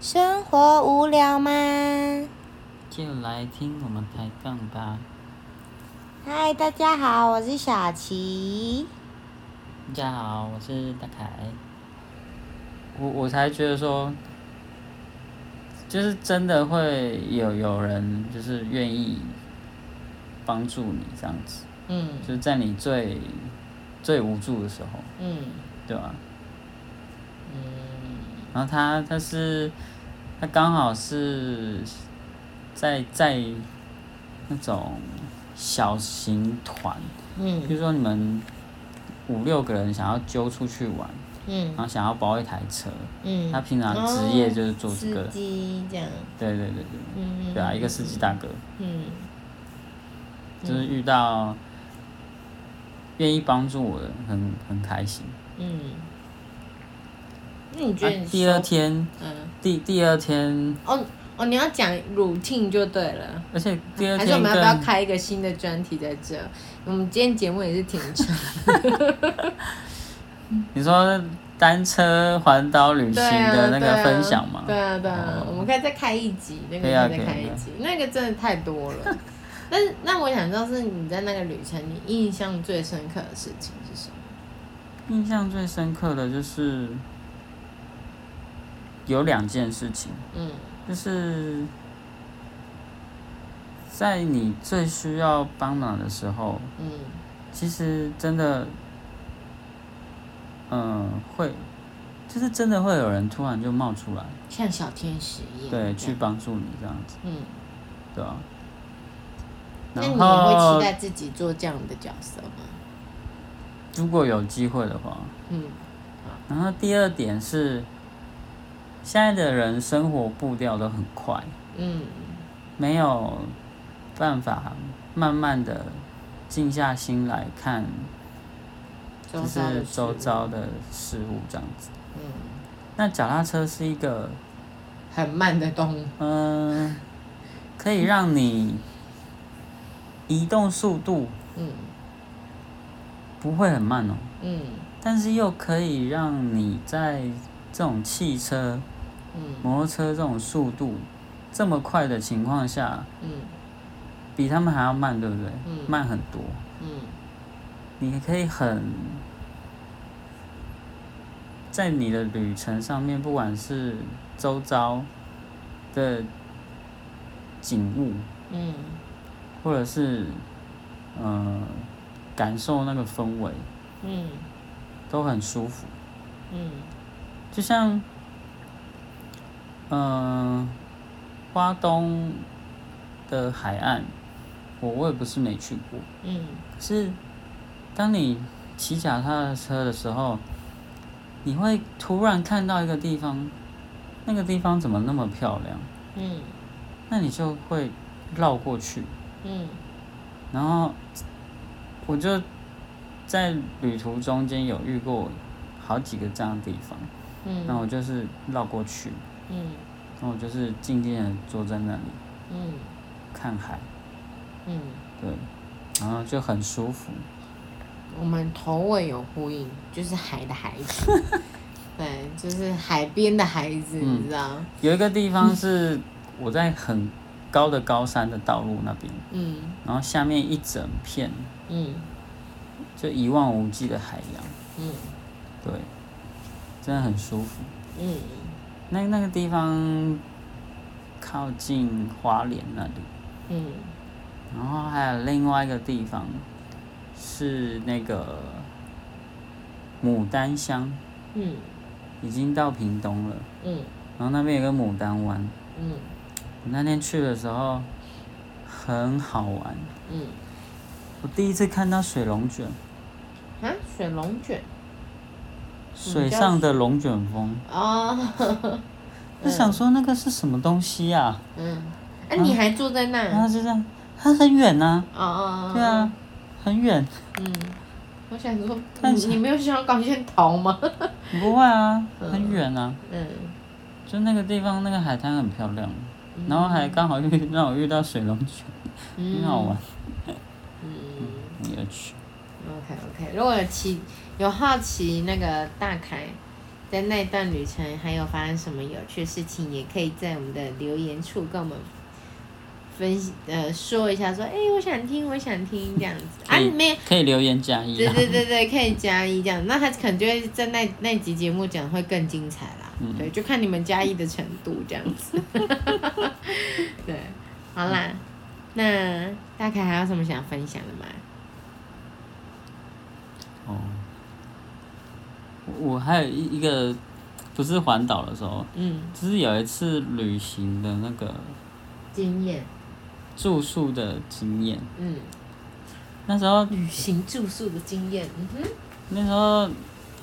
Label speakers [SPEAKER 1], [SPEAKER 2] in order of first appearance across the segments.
[SPEAKER 1] 生活无聊吗？
[SPEAKER 2] 就来听我们抬杠吧。
[SPEAKER 1] 嗨，大家好，我是小琪。
[SPEAKER 2] 大家好，我是大凯。我我才觉得说，就是真的会有有人就是愿意帮助你这样子，
[SPEAKER 1] 嗯
[SPEAKER 2] 就是在你最最无助的时候，
[SPEAKER 1] 嗯
[SPEAKER 2] 对吧、
[SPEAKER 1] 嗯
[SPEAKER 2] 然后他他是他刚好是在在那种小型团，比
[SPEAKER 1] 嗯
[SPEAKER 2] 如说你们五六个人想要揪出去玩，然
[SPEAKER 1] 嗯
[SPEAKER 2] 后想要包一台车，
[SPEAKER 1] 嗯哦
[SPEAKER 2] 他平常职业就是做这个
[SPEAKER 1] 司，机这样，
[SPEAKER 2] 对对对对，
[SPEAKER 1] 嗯
[SPEAKER 2] 对啊，一个司机大哥，
[SPEAKER 1] 嗯
[SPEAKER 2] 就是遇到愿意帮助我的，很很开心。
[SPEAKER 1] 嗯。那你觉
[SPEAKER 2] 啊
[SPEAKER 1] 得你收、
[SPEAKER 2] 第二天，
[SPEAKER 1] 嗯
[SPEAKER 2] 第第二天，
[SPEAKER 1] 哦哦，你要讲 routine 就对了。
[SPEAKER 2] 而且第二
[SPEAKER 1] 还是我
[SPEAKER 2] 天
[SPEAKER 1] 们要不要
[SPEAKER 2] 更
[SPEAKER 1] 开一个新的专题在这？我们今天节目也是挺长，
[SPEAKER 2] 你说单车环岛旅行
[SPEAKER 1] 对啊，
[SPEAKER 2] 的那
[SPEAKER 1] 对
[SPEAKER 2] 个
[SPEAKER 1] 啊
[SPEAKER 2] 分享吗？
[SPEAKER 1] 对啊，对啊
[SPEAKER 2] 哦，
[SPEAKER 1] 我们可以再开一集，那个
[SPEAKER 2] 可以啊
[SPEAKER 1] 再
[SPEAKER 2] 可以啊
[SPEAKER 1] 开一集，那个真的太多 了。但是，那我想知道是你在那个旅程，你印象最深刻的事情是什么？
[SPEAKER 2] 印象最深刻的就是有两件事情，
[SPEAKER 1] 嗯
[SPEAKER 2] 就是在你最需要帮忙的时候，
[SPEAKER 1] 嗯
[SPEAKER 2] 其实真的，嗯，会，就是真的会有人突然就冒出来，
[SPEAKER 1] 像小天使一样。
[SPEAKER 2] 对，去。帮助你这样子，
[SPEAKER 1] 嗯，
[SPEAKER 2] 对吧、
[SPEAKER 1] 那
[SPEAKER 2] 然
[SPEAKER 1] 你也
[SPEAKER 2] 后
[SPEAKER 1] 会期，待自己做这样的角色吗？
[SPEAKER 2] 如果有机会的话，
[SPEAKER 1] 嗯
[SPEAKER 2] 然后第二点是，现在的人生活步调都很快，
[SPEAKER 1] 嗯
[SPEAKER 2] 没有办法慢慢的静下心来看，
[SPEAKER 1] 周
[SPEAKER 2] 就
[SPEAKER 1] 遭的
[SPEAKER 2] 是
[SPEAKER 1] 事
[SPEAKER 2] 周遭的事物这样子。
[SPEAKER 1] 嗯，
[SPEAKER 2] 那脚踏车是一个，
[SPEAKER 1] 很慢的动物。
[SPEAKER 2] 嗯、可以让你移动速度
[SPEAKER 1] 嗯
[SPEAKER 2] 不会很慢哦，
[SPEAKER 1] 嗯
[SPEAKER 2] 但是又可以让你在这种汽车、
[SPEAKER 1] 嗯
[SPEAKER 2] 摩托车这种速度这么快的情况下，
[SPEAKER 1] 嗯
[SPEAKER 2] 比他们还要慢，对不对？
[SPEAKER 1] 嗯
[SPEAKER 2] 慢很多，
[SPEAKER 1] 嗯
[SPEAKER 2] 你可以很在你的旅程上面，不管是周遭的景物，
[SPEAKER 1] 嗯
[SPEAKER 2] 或者是呃感受那个氛围，
[SPEAKER 1] 嗯
[SPEAKER 2] 都很舒服。
[SPEAKER 1] 嗯
[SPEAKER 2] 就像，嗯、花东的海岸，我我也不是没去过，
[SPEAKER 1] 嗯
[SPEAKER 2] 可是当你骑脚踏车的时候，你会突然看到一个地方，那个地方怎么那么漂亮？
[SPEAKER 1] 嗯
[SPEAKER 2] 那你就会绕过去，
[SPEAKER 1] 嗯
[SPEAKER 2] 然后我就在旅途中间有遇过好几个这样的地方，
[SPEAKER 1] 嗯。
[SPEAKER 2] 那我就是绕过去，
[SPEAKER 1] 嗯
[SPEAKER 2] 那我就是静静的坐在那里
[SPEAKER 1] 嗯
[SPEAKER 2] 看海，
[SPEAKER 1] 嗯，
[SPEAKER 2] 对，然后就很舒服。
[SPEAKER 1] 我们头尾有呼应，就是海的孩子，对，就是海边的孩子，
[SPEAKER 2] 嗯
[SPEAKER 1] 你知道？
[SPEAKER 2] 有一个地方是我在很高的高山的道路那边，
[SPEAKER 1] 嗯
[SPEAKER 2] 然后下面一整片
[SPEAKER 1] 嗯
[SPEAKER 2] 就一望无际的海洋，
[SPEAKER 1] 嗯
[SPEAKER 2] 对，真的很舒服。
[SPEAKER 1] 嗯
[SPEAKER 2] 那那个地方靠近花莲那里，
[SPEAKER 1] 嗯
[SPEAKER 2] 然后还有另外一个地方是那个牡丹乡，
[SPEAKER 1] 嗯
[SPEAKER 2] 已经到屏东了，
[SPEAKER 1] 嗯
[SPEAKER 2] 然后那边有个牡丹湾，
[SPEAKER 1] 嗯
[SPEAKER 2] 我那天去的时候很好玩，
[SPEAKER 1] 嗯，
[SPEAKER 2] 我第一次看到水龙卷，
[SPEAKER 1] 啊，水龙卷
[SPEAKER 2] 水上的龙卷风，
[SPEAKER 1] 哦，
[SPEAKER 2] 我想说那个是什么东西啊？
[SPEAKER 1] 嗯，哎，你还坐在
[SPEAKER 2] 然
[SPEAKER 1] 那？
[SPEAKER 2] 后就这样，它很远呐、
[SPEAKER 1] 哦哦，
[SPEAKER 2] 啊，对啊，，很远，
[SPEAKER 1] 嗯，我想说，
[SPEAKER 2] 看
[SPEAKER 1] 你
[SPEAKER 2] 起来
[SPEAKER 1] 你没有想要搞些逃吗？
[SPEAKER 2] 不会啊，
[SPEAKER 1] 嗯
[SPEAKER 2] 很远啊，
[SPEAKER 1] 嗯，
[SPEAKER 2] 就那个地方那个海滩很漂亮，
[SPEAKER 1] 嗯
[SPEAKER 2] 然后还刚好遇让我遇到水龙卷，很好玩，
[SPEAKER 1] 嗯。
[SPEAKER 2] 很有趣。
[SPEAKER 1] OK OK，如果有奇有好奇那个大凯在那一段旅程还有发生什么有趣的事情，也可以在我们的留言处跟我们分析呃说一下说、哎，我想听，我想听这样子啊，
[SPEAKER 2] 可以
[SPEAKER 1] 没有，
[SPEAKER 2] 可以留言加一啊
[SPEAKER 1] 对
[SPEAKER 2] 啦。
[SPEAKER 1] 对对对，可以加一这样，那他可能就会在那那集节目讲会更精彩啦。
[SPEAKER 2] 嗯
[SPEAKER 1] 对，就看你们加一的程度这样 子。对，好啦，那大凯还有什么想分享的吗？
[SPEAKER 2] 哦，我我还有一一个不是环岛的时候，
[SPEAKER 1] 嗯，
[SPEAKER 2] 就是有一次旅行的那个
[SPEAKER 1] 经验，
[SPEAKER 2] 住宿的经验。
[SPEAKER 1] 嗯，
[SPEAKER 2] 那时候
[SPEAKER 1] 旅行住宿的经验，嗯哼，
[SPEAKER 2] 那时候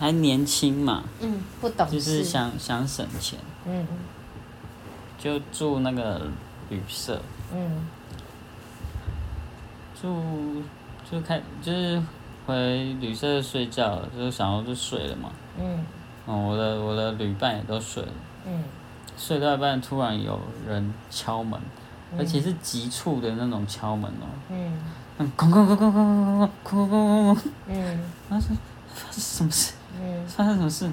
[SPEAKER 2] 还年轻嘛，
[SPEAKER 1] 嗯，不懂事，
[SPEAKER 2] 就是想想省钱，
[SPEAKER 1] 嗯
[SPEAKER 2] 就住那个旅社，
[SPEAKER 1] 嗯
[SPEAKER 2] 住就开就是回旅社睡觉，就想要就睡了嘛。
[SPEAKER 1] 嗯
[SPEAKER 2] 嗯，我的我的旅伴也都睡了，
[SPEAKER 1] 嗯
[SPEAKER 2] 睡到一半突然有人敲门，而且是急促的那种敲门哦、
[SPEAKER 1] 嗯
[SPEAKER 2] 嗯，哐哐哐哐哐哐哐哐哐哐哐，
[SPEAKER 1] 嗯
[SPEAKER 2] 然后说发生什么事？
[SPEAKER 1] 嗯，
[SPEAKER 2] 发生什么事？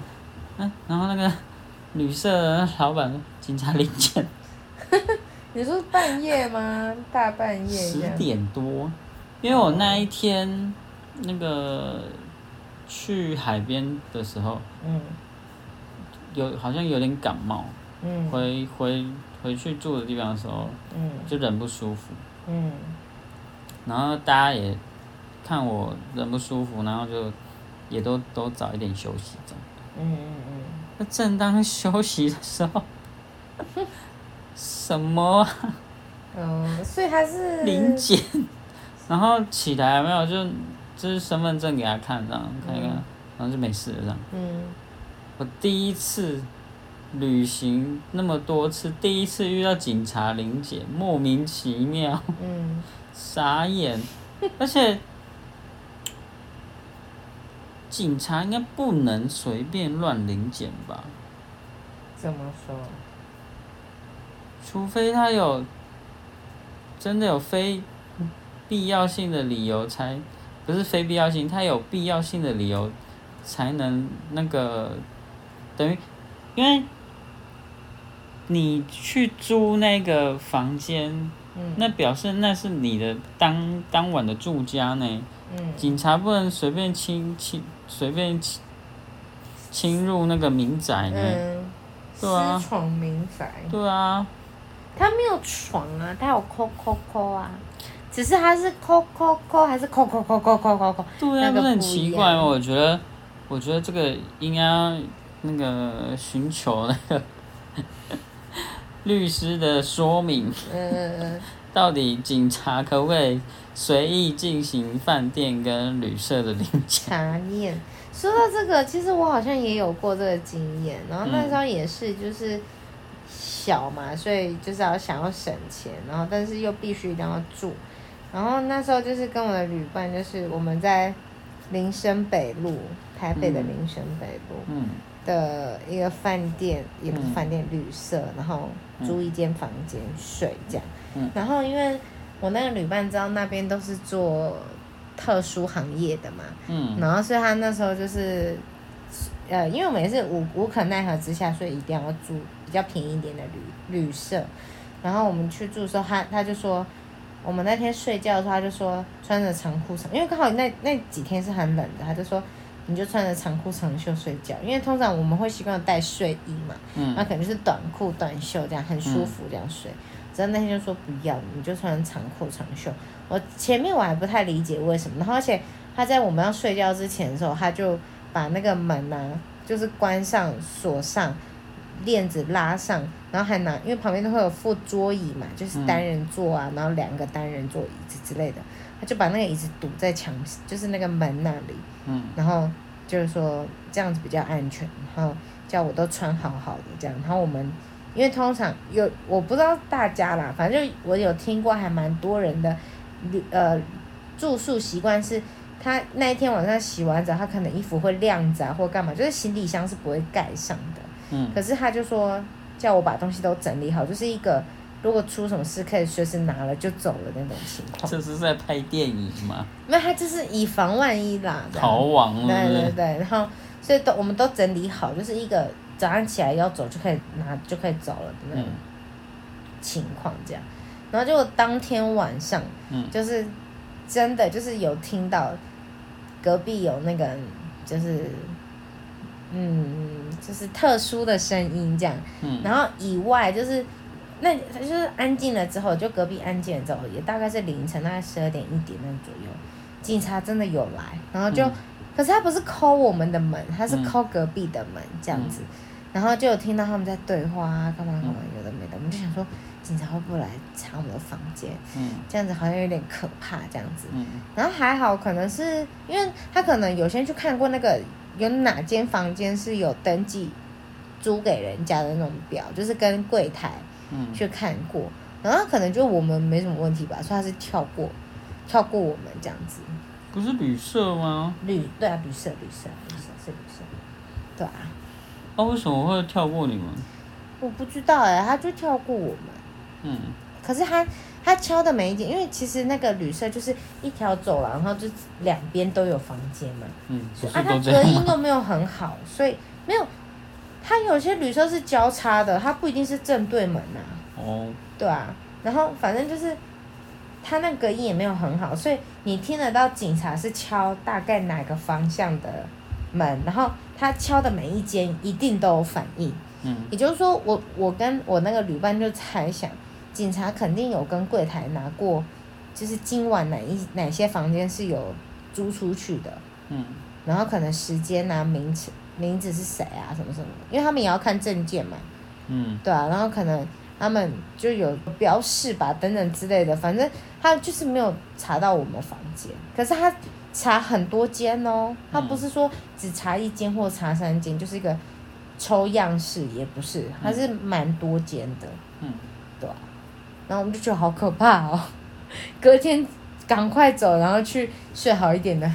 [SPEAKER 2] 嗯、然后那个旅社的老板说警察临检，
[SPEAKER 1] 你说半夜吗？大半夜
[SPEAKER 2] 十
[SPEAKER 1] 哎这样，
[SPEAKER 2] 点多，因为我那一天那个去海边的时候，
[SPEAKER 1] 嗯
[SPEAKER 2] 有好像有点感冒，
[SPEAKER 1] 嗯
[SPEAKER 2] 回回回去住的地方的时候
[SPEAKER 1] 嗯
[SPEAKER 2] 就人不舒服，
[SPEAKER 1] 嗯
[SPEAKER 2] 然后大家也看我人不舒服，然后就也都都早一点休息这样。
[SPEAKER 1] 嗯嗯
[SPEAKER 2] 那正当休息的时候， 什么啊
[SPEAKER 1] 嗯，哦，所以他是
[SPEAKER 2] 临检，然后起来有没有就就是身份证给他看，这样看一看，然后就没事了这样。
[SPEAKER 1] 嗯
[SPEAKER 2] 我第一次旅行那么多次，第一次遇到警察临检，莫名其妙，
[SPEAKER 1] 嗯
[SPEAKER 2] 傻眼，而且。警察应该不能随便乱临检吧？
[SPEAKER 1] 怎么说？
[SPEAKER 2] 除非他有真的有非必要性的理由才，不是非必要性，他有必要性的理由才能那个等于，因为你去租那个房间，
[SPEAKER 1] 嗯
[SPEAKER 2] 那表示那是你的当当晚的住家呢，
[SPEAKER 1] 嗯
[SPEAKER 2] 警察不能随便侵侵随便侵侵入那个民宅呢，
[SPEAKER 1] 嗯，私
[SPEAKER 2] 对啊
[SPEAKER 1] 闯民宅，
[SPEAKER 2] 对啊，
[SPEAKER 1] 他没有床啊，他有扣扣扣啊，只是他是扣扣扣还是扣扣扣扣扣扣扣，
[SPEAKER 2] 对啊，
[SPEAKER 1] 那个
[SPEAKER 2] 不是很
[SPEAKER 1] 不一
[SPEAKER 2] 奇怪吗？
[SPEAKER 1] 样
[SPEAKER 2] 我觉得，我觉得这个应该要那个寻求那个 律师的说明，
[SPEAKER 1] 嗯嗯
[SPEAKER 2] 到底警察可不可以随意进行饭店跟旅社的临检？
[SPEAKER 1] 查验。说到这个，其实我好像也有过这个经验，然后那时候也是就是小嘛，所以就是要想要省钱，然后但是又必须一定要住，然后那时候就是跟我的旅伴，就是我们在林森北路，台北的
[SPEAKER 2] 嗯
[SPEAKER 1] 林森北路，
[SPEAKER 2] 嗯
[SPEAKER 1] 的一个饭店，也不是
[SPEAKER 2] 嗯
[SPEAKER 1] 饭店，旅社，然后租一间房间睡这样。
[SPEAKER 2] 嗯
[SPEAKER 1] 然后因为我那个旅伴知道那边都是做特殊行业的嘛，
[SPEAKER 2] 嗯
[SPEAKER 1] 然后所以他那时候就是，呃，因为我们也是无无可奈何之下，所以一定要住比较便宜一点的旅旅社。然后我们去住的时候，他他就说，我们那天睡觉的时候，他就说穿着长裤长，因为刚好那那几天是很冷的，他就说你就穿着长裤长袖睡觉，因为通常我们会习惯带睡衣嘛，那
[SPEAKER 2] 嗯，
[SPEAKER 1] 可能就是短裤短袖这样很舒服这样睡。只是那天就说不要，你就穿长裤长袖。我前面我还不太理解为什么，然后而且他在我们要睡觉之前的时候，他就把那个门呐、就是关上锁上，链子拉上，然后还拿，因为旁边都会有附桌椅嘛，就是单人座啊，然后两个单人座椅子之类的，他就把那个椅子堵在墙，就是那个门那里，
[SPEAKER 2] 嗯，
[SPEAKER 1] 然后就是说这样子比较安全，然后叫我都穿好好的这样，然后我们。因为通常有我不知道大家啦，反正就我有听过还蛮多人的，呃，住宿习惯是，他那一天晚上洗完澡，他可能衣服会晾着啊，或干嘛，就是行李箱是不会盖上的。
[SPEAKER 2] 嗯
[SPEAKER 1] 可是他就说叫我把东西都整理好，就是一个如果出什么事可以随时拿了就走了那种情况。
[SPEAKER 2] 这是在拍电影吗？
[SPEAKER 1] 那他就是以防万一啦。这样
[SPEAKER 2] 逃亡
[SPEAKER 1] 对
[SPEAKER 2] 了，
[SPEAKER 1] 对对，然后所以都我们都整理好，就是一个早上起来要走就可以拿就可以走了的那种
[SPEAKER 2] 嗯
[SPEAKER 1] 情况这样。然后就当天晚上，
[SPEAKER 2] 嗯
[SPEAKER 1] 就是真的就是有听到隔壁有那个就是嗯就是特殊的声音这样，
[SPEAKER 2] 嗯
[SPEAKER 1] 然后以外就是那就是安静了之后，就隔壁安静了之后，也大概是凌晨大概十二点一点那左右，警察真的有来，然后就、
[SPEAKER 2] 嗯
[SPEAKER 1] 可是他不是抠我们的门，他是
[SPEAKER 2] 嗯
[SPEAKER 1] 抠隔壁的门这样子，然后就有听到他们在对话啊，干嘛干嘛
[SPEAKER 2] 嗯
[SPEAKER 1] 有的没的，我们就想说警察会不会来查我们的房间，
[SPEAKER 2] 嗯
[SPEAKER 1] 这样子好像有点可怕这样子，
[SPEAKER 2] 嗯
[SPEAKER 1] 然后还好，可能是因为他可能有些去看过那个有哪间房间是有登记租给人家的那种表，就是跟柜台
[SPEAKER 2] 嗯
[SPEAKER 1] 去看过，然后可能就我们没什么问题吧，所以他是跳过跳过我们这样子。
[SPEAKER 2] 不是旅社吗？
[SPEAKER 1] 绿对啊，绿色绿色绿色是绿色，对啊，
[SPEAKER 2] 啊，为什么会跳过你们？
[SPEAKER 1] 我不知道哎、他就跳过我们。
[SPEAKER 2] 嗯
[SPEAKER 1] 可是他他敲的每一间，因为其实那个旅社就是一条走廊，然后就两边都有房间嘛。
[SPEAKER 2] 嗯，不
[SPEAKER 1] 啊，它
[SPEAKER 2] 是都这
[SPEAKER 1] 隔
[SPEAKER 2] 样
[SPEAKER 1] 音
[SPEAKER 2] 吗？
[SPEAKER 1] 又没有很好，所以没有。它有些旅社是交叉的，它不一定是正对门呐、
[SPEAKER 2] 哦，
[SPEAKER 1] 对啊。然后反正就是，它那隔音也没有很好，所以你听得到警察是敲大概哪个方向的门，然后他敲的每一间一定都有反应。
[SPEAKER 2] 嗯
[SPEAKER 1] 也就是说我，我跟我那个旅伴就猜想，警察肯定有跟柜台拿过，就是今晚哪一哪些房间是有租出去的，
[SPEAKER 2] 嗯
[SPEAKER 1] 然后可能时间啊、名字、名字是谁啊，什么什么的，因为他们也要看证件嘛，
[SPEAKER 2] 嗯
[SPEAKER 1] 对啊，然后可能他们就有标示吧，等等之类的，反正他就是没有查到我们房间，可是他查很多间哦，他不是说只查一间或查三间，就是一个抽样式，也不是，他是蛮多间的，
[SPEAKER 2] 嗯，
[SPEAKER 1] 对啊，然后我们就觉得好可怕哦， 隔天赶快走，然后去睡好一点的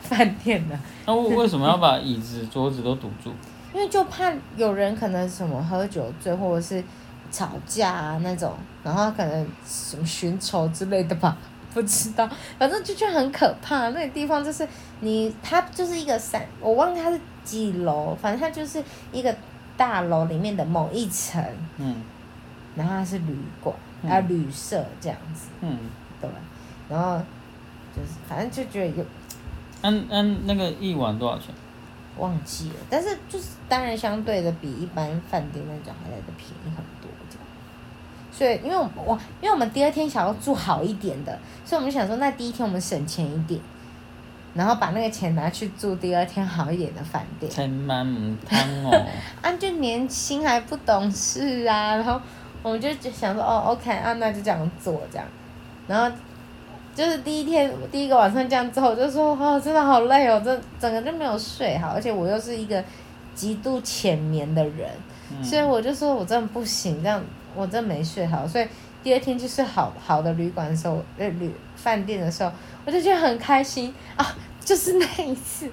[SPEAKER 1] 饭店了。
[SPEAKER 2] 那为为什么要把椅子、桌子都堵住？
[SPEAKER 1] 因为就怕有人可能什么喝酒醉或者是吵架啊那种，然后可能什么寻仇之类的吧，不知道，反正就觉得很可怕。那个地方就是你，它就是一个三，我忘记它是几楼，反正它就是一个大楼里面的某一层，
[SPEAKER 2] 嗯
[SPEAKER 1] 然后它是旅馆
[SPEAKER 2] 嗯
[SPEAKER 1] 啊、旅社这样子，
[SPEAKER 2] 嗯，
[SPEAKER 1] 对吧？然后就是反正就觉得有
[SPEAKER 2] 按按嗯那个一晚多少钱？
[SPEAKER 1] 忘记了，但是就是当然相对的比一般饭店那种还来的便宜很多这样。所以，因为我们我因为我们第二天想要住好一点的，所以我们想说，那第一天我们省钱一点，然后把那个钱拿去住第二天好一点的饭店。
[SPEAKER 2] 千万唔汤哦，
[SPEAKER 1] 啊，就年轻还不懂事啊，然后我们就想说，哦，OK，啊，那就这样做这样，然后就是第一天第一个晚上这样之后，我就说，哦，真的好累哦，这整个就没有睡好，而且我又是一个极度浅眠的人，
[SPEAKER 2] 嗯
[SPEAKER 1] 所以我就说我真的不行，这样我真没睡好，所以第二天去睡好好的旅馆的时候，呃，旅饭店的时候，我就觉得很开心啊，就是那一次。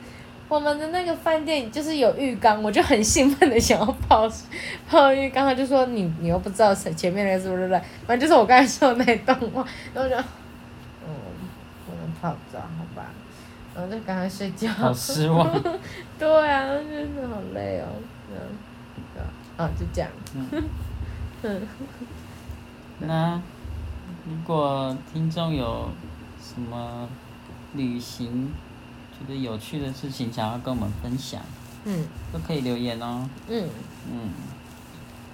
[SPEAKER 1] 我们的那个饭店就是有浴缸，我就很兴奋的想要泡水泡浴缸，他就说你你又不知道前前面那个是不是乱，反正就是我刚才说的那一栋嘛，然后我就，嗯，我能泡不着，好吧，然后就赶快睡觉。
[SPEAKER 2] 好失望。
[SPEAKER 1] 对啊，真的好累哦，嗯，对啊啊，就这样，
[SPEAKER 2] 那如果听众有什么旅行觉得有趣的事情想要跟我们分享，
[SPEAKER 1] 嗯
[SPEAKER 2] 都可以留言哦。
[SPEAKER 1] 嗯，
[SPEAKER 2] 嗯，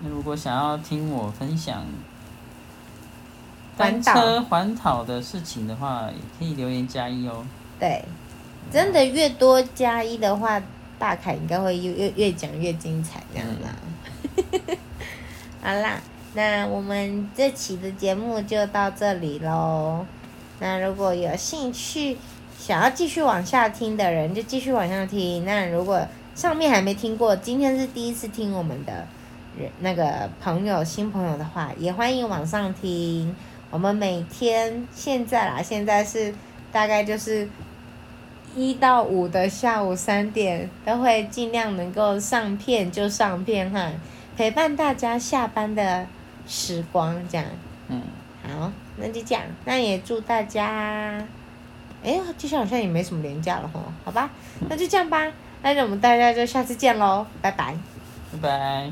[SPEAKER 2] 那如果想要听我分享
[SPEAKER 1] 环
[SPEAKER 2] 单
[SPEAKER 1] 岛
[SPEAKER 2] 车环岛的事情的话，也可以留言加一哦。
[SPEAKER 1] 对，真的越多加一的话，大凯应该会越越越讲越精彩这样啦。 好啦，那我们这期的节目就到这里喽。那如果有兴趣想要继续往下听的人，就继续往下听。那如果上面还没听过，今天是第一次听我们的人那个朋友新朋友的话，也欢迎往上听。我们每天现在啦，现在是大概就是一到五的下午三点，都会尽量能够上片就上片哈，陪伴大家下班的时光这样。
[SPEAKER 2] 嗯，
[SPEAKER 1] 好，那就这样，那也祝大家，哎，接下来好像也没什么廉价了吼，好吧，那就这样吧。那我们大家就下次见喽，拜拜。
[SPEAKER 2] 拜拜。